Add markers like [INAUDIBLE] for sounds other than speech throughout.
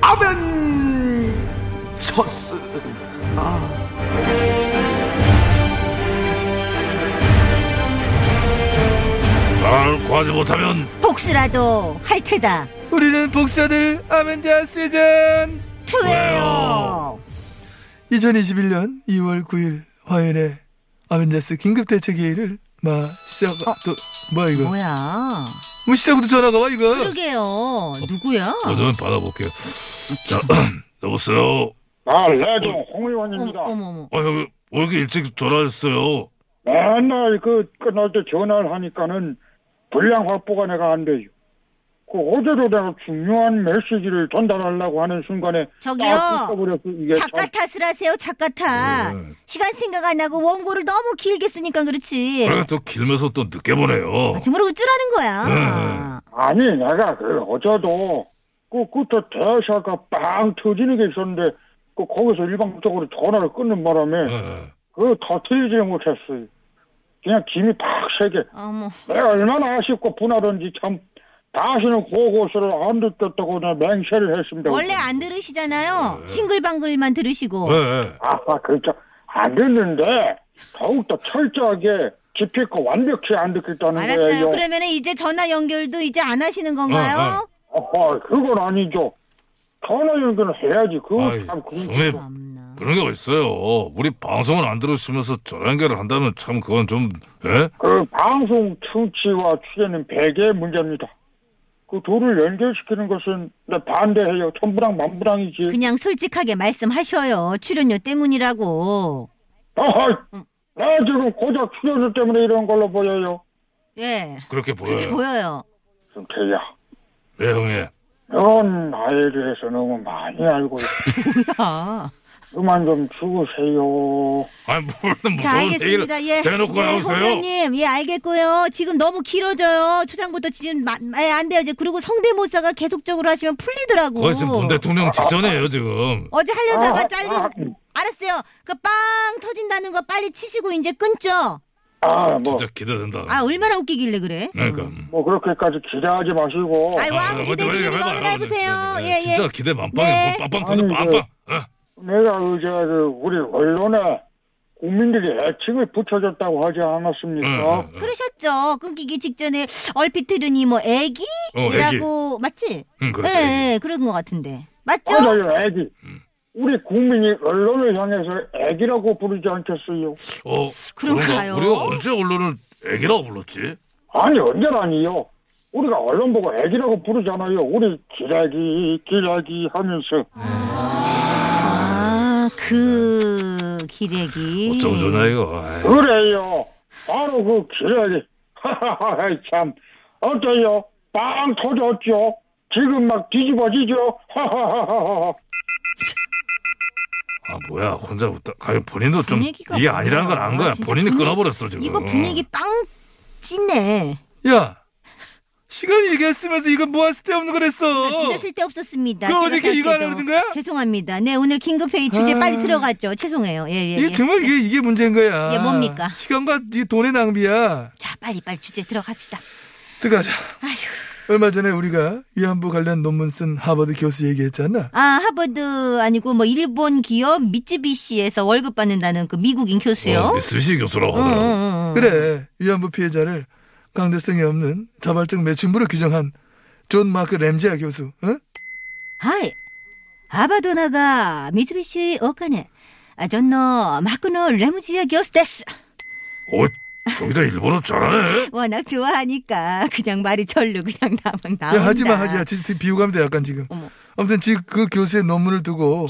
아벤처스. 날 구하지 못하면 복수라도 할 테다. 우리는 복사들 아멘자 시즌 투예요. 2021년 2월 9일 화요일에 아벤자스 긴급대책회의를 마 시작 또 뭐야 이거 뭐 뭐야? 시작부터 전화가 와 이거 그러게요. 누구야? 저는 받아볼게요. 자, [CLEARS THROAT] 여보세요. 아, 예. 레종 홍 의원입니다. 어머머. 아, 여기 왜 이렇게 일찍 전화했어요? 맨날 그 끝날 때 전화를 하니까는 분량 확보가 내가 안 돼요. 그 어제도 내가 중요한 메시지를 전달하려고 하는 순간에 저기요. 딱 끊어버렸어. 이게 작가 참 탓을 하세요. 작가 탓. 네. 시간 생각 안 하고 원고를 너무 길게 쓰니까 그렇지. 그래, 또 길면서 또 늦게 보내요. 정말 우쭐하는 네, 거야. 아니 내가 그 어제도 그 그때 대사가 빵 터지는 게 있었는데 그 거기서 일방적으로 전화를 끊는 바람에 예. 그 터트리지 못했어요. 그냥 김이 팍 세게 어머. 내가 얼마나 아쉽고 분하던지 참 다시는 고고수를 안 듣겠다고 내가 맹세를 했습니다. 원래 안 들으시잖아요. 네. 싱글방글만 들으시고. 예. 아하, 그렇죠. 안 듣는데, 더욱더 철저하게 깊이있고 완벽히 안 듣겠다는 알았어요. 거예요. 그러면 이제 전화 연결도 이제 안 하시는 어, 건가요? 어허, 그건 아니죠. 전화 연결을 해야지. 어, 그거 아이, 참, 그렇죠. 그건 손에 참나. 그런 게 어딨어요. 우리 방송을 안 들으시면서 전화 연결을 한다면 참 그건 좀, 예? 그 방송 청취와 출연은 백의 문제입니다. 그 둘을 연결시키는 것은 나 반대해요. 천부랑 만부랑이지. 그냥 솔직하게 말씀하셔요. 출연료 때문이라고. 어허, 나 지금 고작 출연료 때문에 이런 걸로 보여요. 예. 그렇게 그렇게 보여요. 보여요. 승태야, 예, 형님. 넌 나에 대해서 너무 많이 알고 [LAUGHS] 있어. 야. 그만 좀 죽으세요. 아니, 물론 무서운 자, 알겠습니다. 얘기를 예. 대놓고 예, 나오세요. 홍현님, 예, 알겠고요. 지금 너무 길어져요. 초장부터 지금, 마, 예, 안 돼요. 이제 그리고 성대모사가 계속적으로 하시면 풀리더라고. 거의 지금 문 대통령 직전이에요, 지금. 어제 하려다가 아, 짧은, 아. 알았어요. 그 빵 터진다는 거 빨리 치시고 이제 끊죠. 아, 뭐, 진짜 기대된다. 아, 얼마나 웃기길래 그래? 그러니까. 뭐, 그렇게까지 기대하지 마시고. 아이, 아, 왕 먼저 기대 빨리 중이니까 가봐요. 오늘 해보세요. 네, 예, 네. 예. 진짜 기대 네. 만빵이에요. 뭐 빵빵 터져 아니, 빵빵. 예. 내가 이제, 그 우리 언론에 국민들이 애칭을 붙여줬다고 하지 않았습니까? 응, 응, 그러셨죠. 끊기기 직전에 얼핏 들으니 뭐 애기? 어, 애기. 이라고 맞지? 응, 그렇죠. 예, 예, 그런 것 같은데. 맞죠? 맞아요, 애기. 우리 국민이 언론을 향해서 애기라고 부르지 않겠어요? 어, 그런가요? 그런가? 우리가 언제 언론을 애기라고 불렀지? 아니, 언제라니요? 우리가 언론 보고 애기라고 부르잖아요. 우리 기라기, 기라기 하면서. 아, 그 기레기. 네. 어쩜 좋냐 이거. 아이, 그래요. 바로 그 기라기. [LAUGHS] 하하하, 참. 어때요? 빵 터졌죠? 지금 막 뒤집어지죠? [LAUGHS] 하하하하하. 아 뭐야 혼자 웃다. 아니 본인도 좀 분위기가 이게 아니라는 걸 안 뭐야. 거야. 진짜 본인이 분위기- 끊어버렸어 지금. 이거 분위기 빵 찐네. 야 시간 얘기했으면서 이거 뭐야 쓸데없는 걸 했어 진짜 쓸데없었습니다. 그거 제가 어저께 이거 생각해도. 하려고 그러는 거야? 죄송합니다. 네, 오늘 긴급회의 주제 아. 빨리 들어갔죠. 죄송해요. 예, 예. 이게 예. 정말 이게, 이게 문제인 거야 이게 뭡니까? 시간과 이 돈의 낭비야 자, 빨리 빨리 주제 들어갑시다. 들어가자 아휴. 얼마 전에 우리가 위안부 관련 논문 쓴 하버드 교수 얘기했잖아 아, 하버드 아니고 뭐 일본 기업 미쯔비시에서 월급 받는다는 그 미국인 교수요. 미스시 교수라고 응, 응, 하더라고. 응, 응. 어, 그래 위안부 피해자를 강제성이 없는 자발적 매춘부로 규정한 존 마크 램지아 교수 어? 응? はい。ハーバードナが三菱お金、あジョンのマクのレムジアギョスです。 어, 저기다 일본어 잘하네. 워낙 좋아하니까 그냥 말이 절로 그냥 나만 나온다. 야 하지마 하지마 진짜 비호감이 돼 약간 지금 어머. 아무튼 지금 그 교수의 논문을 두고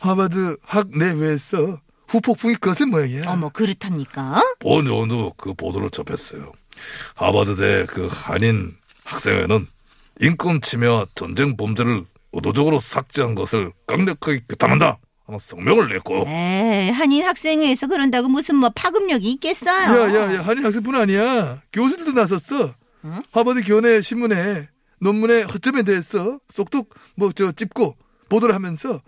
하버드 학 내외에서 후폭풍이 그것은 모양이야 어머 뭐 그렇답니까? 본오도그 보도를 접했어요. 하버드대 그 한인 학생회는 인권 침해와 전쟁 범죄를 의도적으로 삭제한 것을 강력하게 규탄한다. 하는 성명을 냈고 에이, 한인 학생회에서 그런다고 무슨 뭐 파급력이 있겠어요? 야야야 한인 학생뿐 아니야 교수들도 나섰어 하버드 교내 신문에 논문의 허점에 대해서 쏙둑 뭐 저 찝고 보도를 하면서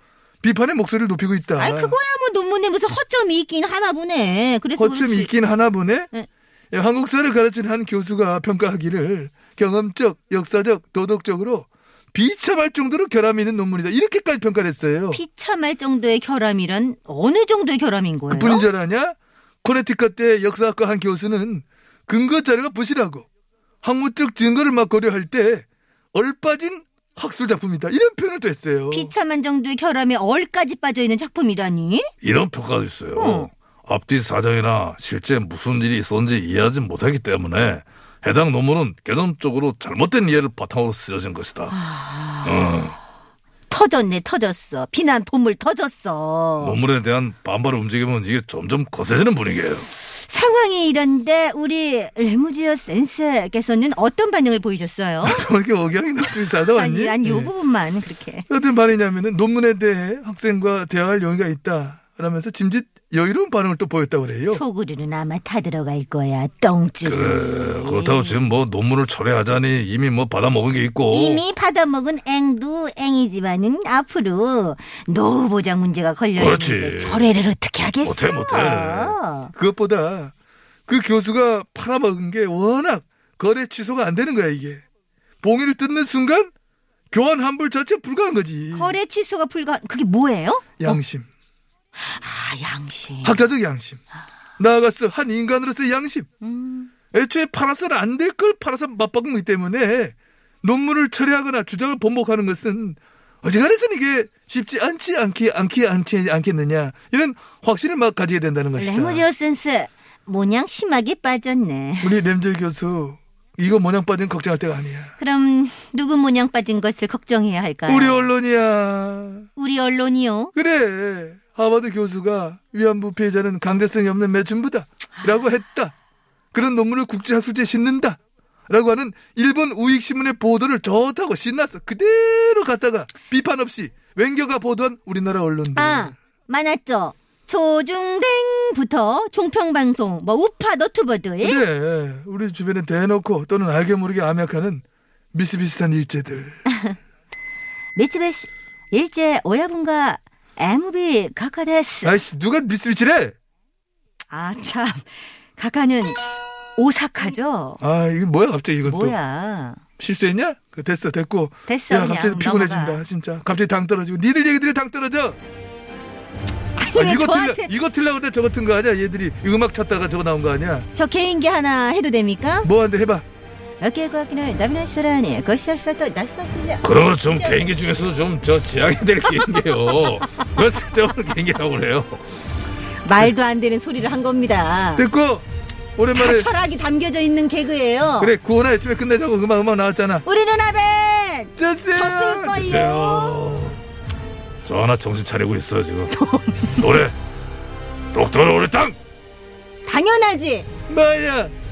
비판의 목소리를 높이고 있다 아이 그거야 뭐 논문에 무슨 허점이 있긴 하나 보네. [LAUGHS] 그래서 허점이 그렇지. 있긴 하나 보네 네. 야, 한국사를 가르친 한 교수가 평가하기를 경험적 역사적 도덕적으로 비참할 정도로 결함이 있는 논문이다 이렇게까지 평가를 했어요 비참할 정도의 결함이란 어느 정도의 결함인 거예요? 그뿐인 줄 아냐? 코네티컷 대 역사학과 한 교수는 근거 자료가 부실하고 학문적 증거를 막 고려할 때 얼빠진 학술 작품이다. 이런 표현을 또 했어요. 비참한 정도의 결함에 얼까지 빠져 있는 작품이라니? 이런 평가도 있어요. 앞뒤 사정이나 실제 무슨 일이 있었는지 이해하지 못하기 때문에 해당 논문은 개념적으로 잘못된 이해를 바탕으로 쓰여진 것이다. 아. 터졌네 터졌어. 비난 본물 터졌어. 뭐. 논문에 대한 반발 움직임은 이게 점점 거세지는 분위기예요. 상황이 이런데 우리 레무지어 센세께서는 어떤 반응을 보이셨어요? 저렇게 아, 억양이 나좀 싸다 왔니? 아니 아니 요 예. 부분만 그렇게. 어떤 반응이냐면은 논문에 대해 학생과 대화할 용의가 있다. 라면서 짐짓 여유로운 반응을 또 보였다고 그래요. 소구리는 아마 타 들어갈 거야 똥줄이. 그래, 그렇다고 어. 지금 뭐 논문을 철회하자니 이미 뭐 받아먹은 게 있고 이미 받아먹은 앵도 앵이지만은 앞으로 노후 보장 문제가 걸려 있는데 그렇지. 철회를 어떻게 하겠어? 못해, 못해. 그것보다 그 교수가 팔아먹은 게 워낙 거래 취소가 안 되는 거야, 이게. 봉의를 뜯는 순간 교환 환불 자체 불가한 거지. 거래 취소가 불가 그게 뭐예요? 양심. 아 양심. 학자적 양심. 나아가서 한 인간으로서의 양심. 애초에 팔아서는 안 될 걸 팔아서 맞바꾼 거기 때문에 논문을 처리하거나 주장을 번복하는 것은 어지간해서는 이게 쉽지 않지 않기, 않기, 않지 않겠느냐. 이런 확신을 막 가지게 된다는 것이다. 레무지어 센스 모냥 심하게 빠졌네. 우리 램질 교수, 이거 모양 빠진 걱정할 때가 아니야. 그럼 누구 모냥 빠진 것을 걱정해야 할까요? 우리 언론이야. 우리 언론이요. 그래. 하버드 교수가 위안부 피해자는 강제성이 없는 매춘부다. 라고 했다. 그런 논문을 국제학술지에 싣는다. 라고 하는 일본 우익신문의 보도를 좋다고 신났어. 그대로 갔다가 비판 없이 웬겨가 보도한 우리나라 언론들. 아 많았죠. 조중댕부터 종평방송 뭐 우파 너튜버들 그래. 우리 주변에 대놓고 또는 알게 모르게 암약하는 미스비슷한 일제들. [LAUGHS] 미츠베시 일제 오야분가 MB 가카데스. 아이씨, 누가 미스비치래? 아, 참. 가카는 오사카죠? 아, 이거 뭐야, 갑자기 이것도. 뭐야. 실수했냐? 그 됐어, 됐고. 됐어, 야, 그냥 갑자기 피곤해진다, 넘어가. 진짜. 갑자기 당 떨어지고. 니들 얘기들이 당 떨어져! 아니, 아, 왜 이거 틀려, 저한테 이거 틀려 그때 저거 튼 거 아니야? 얘들이 음악 찾다가 저거 나온 거 아니야? 저 개인기 하나 해도 됩니까? 뭐 한데 해봐. 어깨 과학기는 예, 나비나시라니, 거시알사도 나시마치자. 그러므로 좀 개인기 중에서도 좀 저 지향이 될 [LAUGHS] 개인기예요. 그래서 때문 개인기라고 그래요. 말도 안 되는 소리를 한 겁니다. 됐고 다 오랜만에 철학이 담겨져 있는 개그예요. 그 그래 구호나 열심히 끝내자고 음악 음악 나왔잖아. 우리 누나벤! 졌어요. 졌을걸요? 저 하나 정신 차리고 있어요 [LAUGHS] 지금. 노래 똑 떨어 오래 땅. 당연하지! 마야